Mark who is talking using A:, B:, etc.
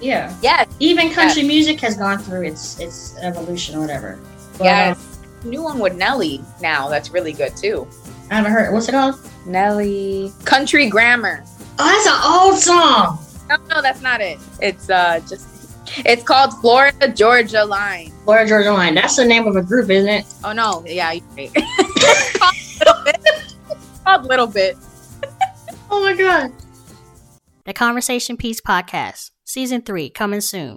A: Yeah.
B: Yes.
A: Even country music has gone through its its evolution or whatever. But,
B: yes.
A: um,
B: New one with Nelly now. That's really good too.
A: uh, I haven't heard. What's it called?
B: Nelly. Country Grammar.
A: Oh, that's an old song.
B: No, no, that's not it. It's uh just it's called Florida Georgia Line.
A: Florida Georgia Line. That's the name of a group, isn't it?
B: Oh no, yeah, you're right. It's called Little Bit. It's called Little Bit.
A: Oh my god.
C: The Conversation Piece Podcast, Season 3, coming soon.